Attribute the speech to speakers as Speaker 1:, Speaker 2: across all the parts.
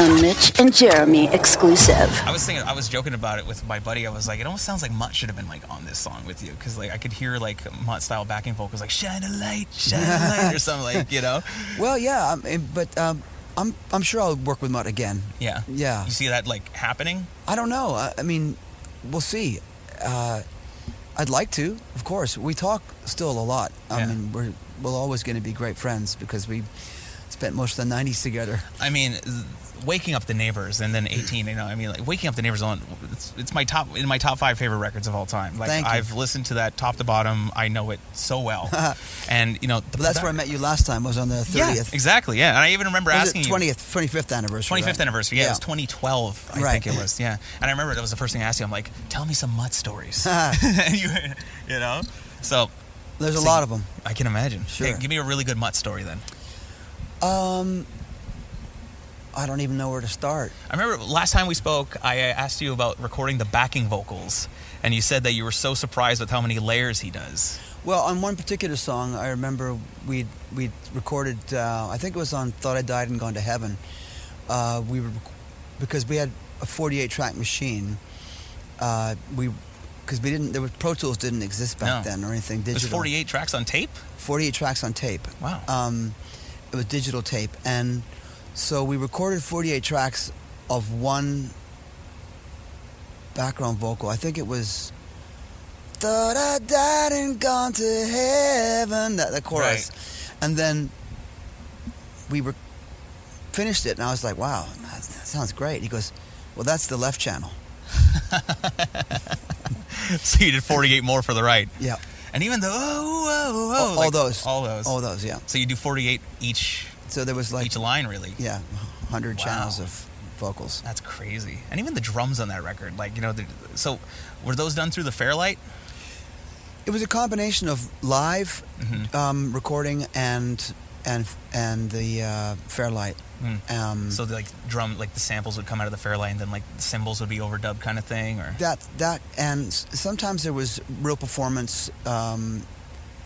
Speaker 1: A Mitch and Jeremy exclusive.
Speaker 2: I was thinking, I was joking about it with my buddy. I was like, it almost sounds like Mutt should have been like on this song with you because like I could hear like Mutt style backing vocals like shine a light, shine a light or something like you know.
Speaker 3: Well, yeah, um, eh, but um, I'm I'm sure I'll work with Mutt again.
Speaker 2: Yeah.
Speaker 3: Yeah.
Speaker 2: You see that like happening?
Speaker 3: I don't know. I, I mean, we'll see. Uh, I'd like to, of course. We talk still a lot. I
Speaker 2: Yeah.
Speaker 3: mean, we're we're always going to be great friends because we spent most of the '90s together.
Speaker 2: I mean, z- waking up the neighbors and then 18. You know, I mean, like waking up the neighbors on it's, it's my top in my top five favorite records of all time. Like
Speaker 3: Thank you.
Speaker 2: I've listened to that top to bottom. I know it so well. and you know, the,
Speaker 3: But that's where I met you last time. Was on the 30th.
Speaker 2: Yeah, exactly. Yeah, and I even remember
Speaker 3: Was
Speaker 2: asking
Speaker 3: it
Speaker 2: you-
Speaker 3: 20th, 25th anniversary.
Speaker 2: 25th
Speaker 3: right?
Speaker 2: anniversary. Yeah, it was 2012. I
Speaker 3: Right.
Speaker 2: think it was. Yeah, and I remember that was the first thing I asked you. I'm like, tell me some mutt stories. And you, you know, so
Speaker 3: There's a
Speaker 2: So
Speaker 3: lot
Speaker 2: you-
Speaker 3: of them.
Speaker 2: I can imagine.
Speaker 3: Sure.
Speaker 2: Hey, give me a really good mutt story then.
Speaker 3: Um, I don't even know where to start.
Speaker 2: I remember last time we spoke, I uh, asked you about recording the backing vocals, and you said that you were so surprised with how many layers he does.
Speaker 3: Well, on one particular song, I remember we we recorded. Uh, I think it was on "Thought I Died and Gone to Heaven." Uh, we were because we had a 48 track machine. Uh, we because we didn't. There was Pro Tools didn't exist back
Speaker 2: No.
Speaker 3: then or anything digital.
Speaker 2: There's 48 tracks on tape.
Speaker 3: 48 tracks on tape.
Speaker 2: Wow.
Speaker 3: Um, it was digital tape, and so we recorded 48 tracks of one background vocal. I think it was. Thought I died and gone to heaven. That the chorus, and then we were finished it, and I was like, "Wow, that, that sounds great." He goes, "Well, that's the left channel." Uh.
Speaker 2: so you did 48 more for the right.
Speaker 3: Yeah,
Speaker 2: And even though, oh, oh, oh,
Speaker 3: all
Speaker 2: like,
Speaker 3: those,
Speaker 2: all those,
Speaker 3: all those. Yeah.
Speaker 2: So you do 48 each,
Speaker 3: So there was like,
Speaker 2: each line really.
Speaker 3: yeah, hundred
Speaker 2: Wow.
Speaker 3: channels of vocals.
Speaker 2: That's crazy. And even the drums on that record, like you know, the, so were those done through the Fairlight?
Speaker 3: Mm-hmm. It was a combination of live
Speaker 2: Mhm.
Speaker 3: um, recording and and and the uh, Fairlight.
Speaker 2: Mm.
Speaker 3: Um,
Speaker 2: So the, like drum, like the samples would come out of the Fairlight, and then like the cymbals would be overdubbed, kind of thing, or
Speaker 3: that that and s- sometimes there was real performance um,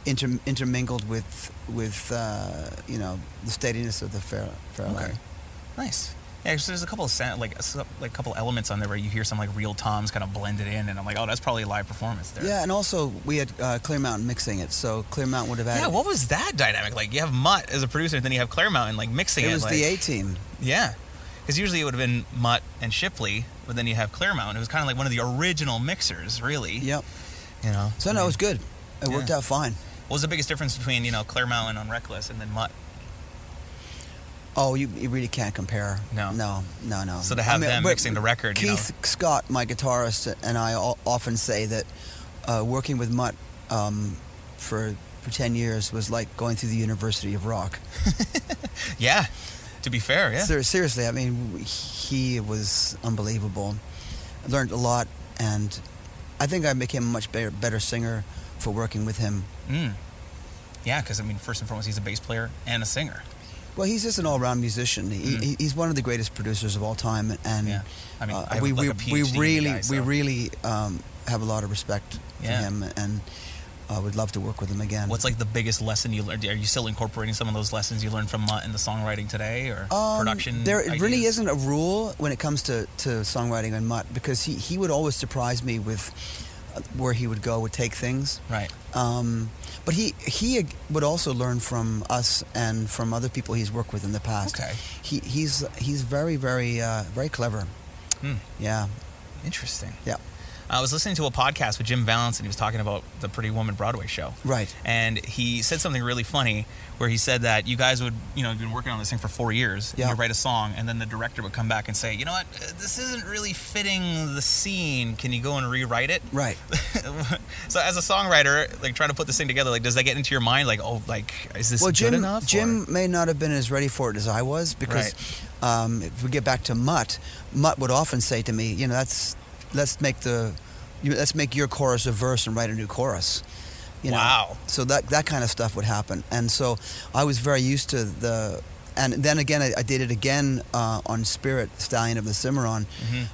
Speaker 3: inter, intermingled with with uh, you know the steadiness of the fair, Fairlight.
Speaker 2: Okay. nice. Yeah, 'cause there's a couple of sound, like a su- like a couple elements on there where you hear some like real toms kind of blended in, and I'm like, oh, that's probably a live performance there.
Speaker 3: Yeah, and also we had uh, Clear Mountain mixing it, so Clear Mountain would have added.
Speaker 2: Yeah, what was that dynamic? Like you have Mutt as a producer, and then you have Claremont and like mixing it.
Speaker 3: it was
Speaker 2: like,
Speaker 3: the A team.
Speaker 2: Yeah, because usually it would have been Mutt and Shipley, but then you have Claremont, who was kind of like one of the original mixers, really.
Speaker 3: Yep.
Speaker 2: You know.
Speaker 3: So
Speaker 2: I
Speaker 3: no, it
Speaker 2: mean-
Speaker 3: was good. It worked
Speaker 2: Yeah.
Speaker 3: out fine.
Speaker 2: What was the biggest difference between you know Claremont and on Reckless and then Mutt?
Speaker 3: Oh, you, you really can't compare.
Speaker 2: No.
Speaker 3: no, no, no.
Speaker 2: So to have them
Speaker 3: but
Speaker 2: mixing the record,
Speaker 3: Keith
Speaker 2: you know.
Speaker 3: Scott, my guitarist, and I al- often say that uh, working with Mutt um, for for ten years was like going through the University of Rock.
Speaker 2: Yeah, to be fair, yeah.
Speaker 3: Ser- seriously, I mean, he was unbelievable. I learned a lot, and I think I became a much better better singer for working with him.
Speaker 2: Mm. Yeah, because I mean, first and foremost, he's a bass player and a singer.
Speaker 3: Well, he's just an all-round musician. He,
Speaker 2: Mhm.
Speaker 3: he- He's one of the greatest producers of all time, and uh,
Speaker 2: Yeah. I mean, I have,
Speaker 3: we
Speaker 2: like, a
Speaker 3: we,
Speaker 2: PhD in
Speaker 3: we
Speaker 2: the
Speaker 3: really
Speaker 2: guy,
Speaker 3: we
Speaker 2: so-
Speaker 3: really um, have a lot of respect
Speaker 2: Yeah.
Speaker 3: for him, and uh, would love to work with him again.
Speaker 2: What's like the biggest lesson you learned? Are you still incorporating some of those lessons you learned from Mutt in the songwriting today or
Speaker 3: Um,
Speaker 2: production?
Speaker 3: There it really
Speaker 2: ideas?
Speaker 3: isn't a rule when it comes to, to songwriting and Mutt because he, he would always surprise me with uh, where he would go would take things.
Speaker 2: Right.
Speaker 3: Um, but he he would also learn from us and from other people he's worked with in the past.
Speaker 2: Okay.
Speaker 3: He, he's he's very very uh, very clever.
Speaker 2: Hmm.
Speaker 3: Yeah.
Speaker 2: Interesting.
Speaker 3: Yeah.
Speaker 2: I was listening to a podcast with Jim Valance, and he was talking about the Pretty Woman Broadway show.
Speaker 3: Right.
Speaker 2: And he said something really funny, where he said that you guys would, you know, you've been working on this thing for four years.
Speaker 3: Yeah.
Speaker 2: You write a song, and then the director would come back and say, you know what, Uh, this isn't really fitting the scene. Can you go and rewrite it?
Speaker 3: Right.
Speaker 2: so as a songwriter, like trying to put this thing together, like does that get into your mind? Like, oh, like is this
Speaker 3: well,
Speaker 2: good
Speaker 3: Jim,
Speaker 2: enough? or-
Speaker 3: Jim may not have been as ready for it as I was because um, if we get back to Mutt, Mutt would often say to me, you know, that's let's make the you, let's make your chorus a verse and write a new chorus. You know?
Speaker 2: Wow.
Speaker 3: So that that kind of stuff would happen, and so I was very used to the. And then again, I, I did it again uh, on Spirit, Stallion of the Cimarron,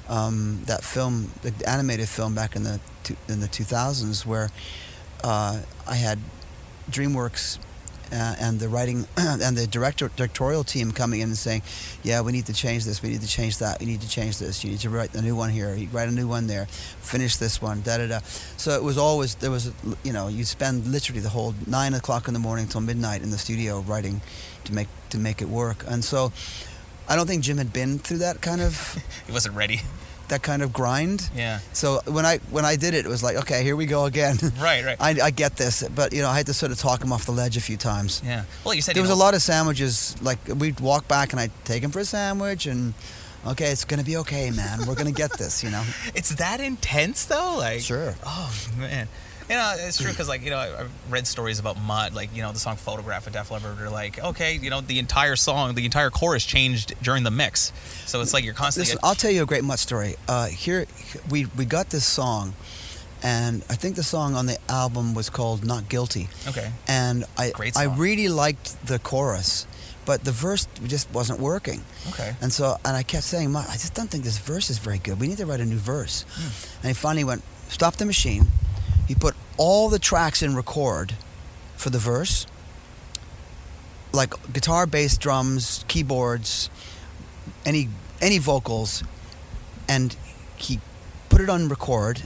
Speaker 3: um, that film, the animated film back in the two, in the 2000s, where uh, I had DreamWorks uh, and the writing and the director directorial team coming in and saying, "Yeah, we need to change this. We need to change that. We need to change this. You need to write a new one here. You write a new one there. Finish this one. Da da da." So it was always there was you know you spend literally the whole nine o'clock in the morning till midnight in the studio writing to make to make it work. And so I don't think Jim had been through that kind of
Speaker 2: It wasn't ready.
Speaker 3: that kind of grind.
Speaker 2: Yeah.
Speaker 3: So when I when I did it, it was like, okay, here we go again.
Speaker 2: Right, right.
Speaker 3: I, I get this, but you know, I had to sort of talk him off the ledge a few times.
Speaker 2: Yeah. Well, you said
Speaker 3: There
Speaker 2: you
Speaker 3: was a
Speaker 2: know-
Speaker 3: lot of sandwiches. Like we'd walk back, and I'd take him for a sandwich, and okay, it's gonna be okay, man. We're gonna get this, you know.
Speaker 2: It's that intense though, like
Speaker 3: Sure.
Speaker 2: Oh man, you know it's true because like you know I- I've read stories about Mud, like you know the song "Photograph" of Def Leppard. They're like, okay, you know the entire song, the entire chorus changed during the mix, so it's like you're constantly.
Speaker 3: Listen, I'll tell you a great Mutt story. Uh, here, we we got this song, and I think the song on the album was called "Not Guilty."
Speaker 2: Okay.
Speaker 3: And I
Speaker 2: Great
Speaker 3: I
Speaker 2: song.
Speaker 3: really liked the chorus, but the verse just wasn't working.
Speaker 2: Okay.
Speaker 3: And so, and I kept saying, "Mutt, I just don't think this verse is very good. We need to write a new verse." And he finally went, "Stop the machine." He put all the tracks in record for the verse, like guitar, bass, drums, keyboards any any vocals, and he put it on record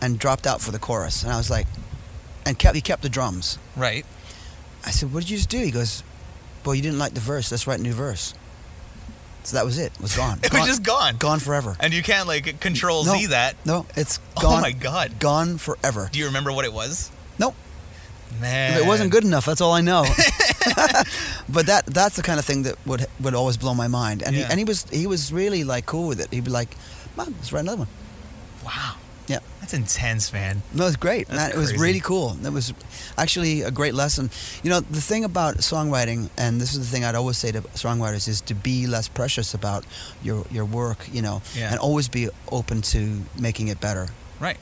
Speaker 3: and dropped out for the chorus. And I was like, and kept he kept the drums.
Speaker 2: right.
Speaker 3: I said, "What did you just do?" He goes, "Well, you didn't like the verse. Let's write a new verse." So that was it. It was gone.
Speaker 2: It was just gone.
Speaker 3: Gone forever.
Speaker 2: And you can't like control
Speaker 3: no,
Speaker 2: Z that.
Speaker 3: No, it's
Speaker 2: Oh
Speaker 3: gone.
Speaker 2: my God.
Speaker 3: Gone forever.
Speaker 2: Do you remember what it was?
Speaker 3: Nope.
Speaker 2: Man,
Speaker 3: If it wasn't good enough. That's all I know. but that that's the kind of thing that would would always blow my mind. And
Speaker 2: Yeah.
Speaker 3: he and he was he was really like cool with it. He'd be like, "Mom, let's write another one."
Speaker 2: Wow,
Speaker 3: Yeah.
Speaker 2: that's intense, man.
Speaker 3: No, it's great.
Speaker 2: That's
Speaker 3: man. It was
Speaker 2: crazy.
Speaker 3: really cool. That was actually a great lesson. You know, the thing about songwriting, and this is the thing I'd always say to songwriters, is to be less precious about your your work. You know,
Speaker 2: Yeah.
Speaker 3: and always be open to making it better.
Speaker 2: Right.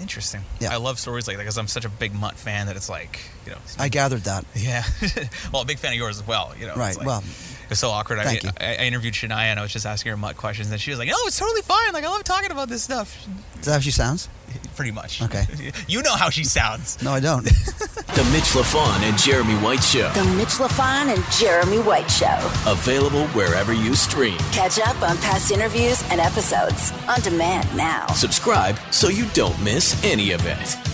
Speaker 2: Interesting.
Speaker 3: Yeah.
Speaker 2: I love stories like that because I'm such a big Mutt fan that it's like you know.
Speaker 3: I gathered that.
Speaker 2: Yeah. well, a big fan of yours as well. You know.
Speaker 3: Right,
Speaker 2: It's like,
Speaker 3: well,
Speaker 2: it was so awkward. I,
Speaker 3: thank you.
Speaker 2: I, I interviewed Shania and I was just asking her mutt questions, and she was like, "No, it's totally fine. Like I love talking about this stuff."
Speaker 3: Is that how she sounds?
Speaker 2: Pretty much.
Speaker 3: Okay.
Speaker 2: you know how she sounds.
Speaker 3: No, I don't.
Speaker 4: The Mitch LaFon and Jeremy White Show.
Speaker 1: The Mitch LaFon and Jeremy White Show.
Speaker 4: Available wherever you stream.
Speaker 1: Catch up on past interviews and episodes on demand now.
Speaker 4: Subscribe so you don't miss any of it.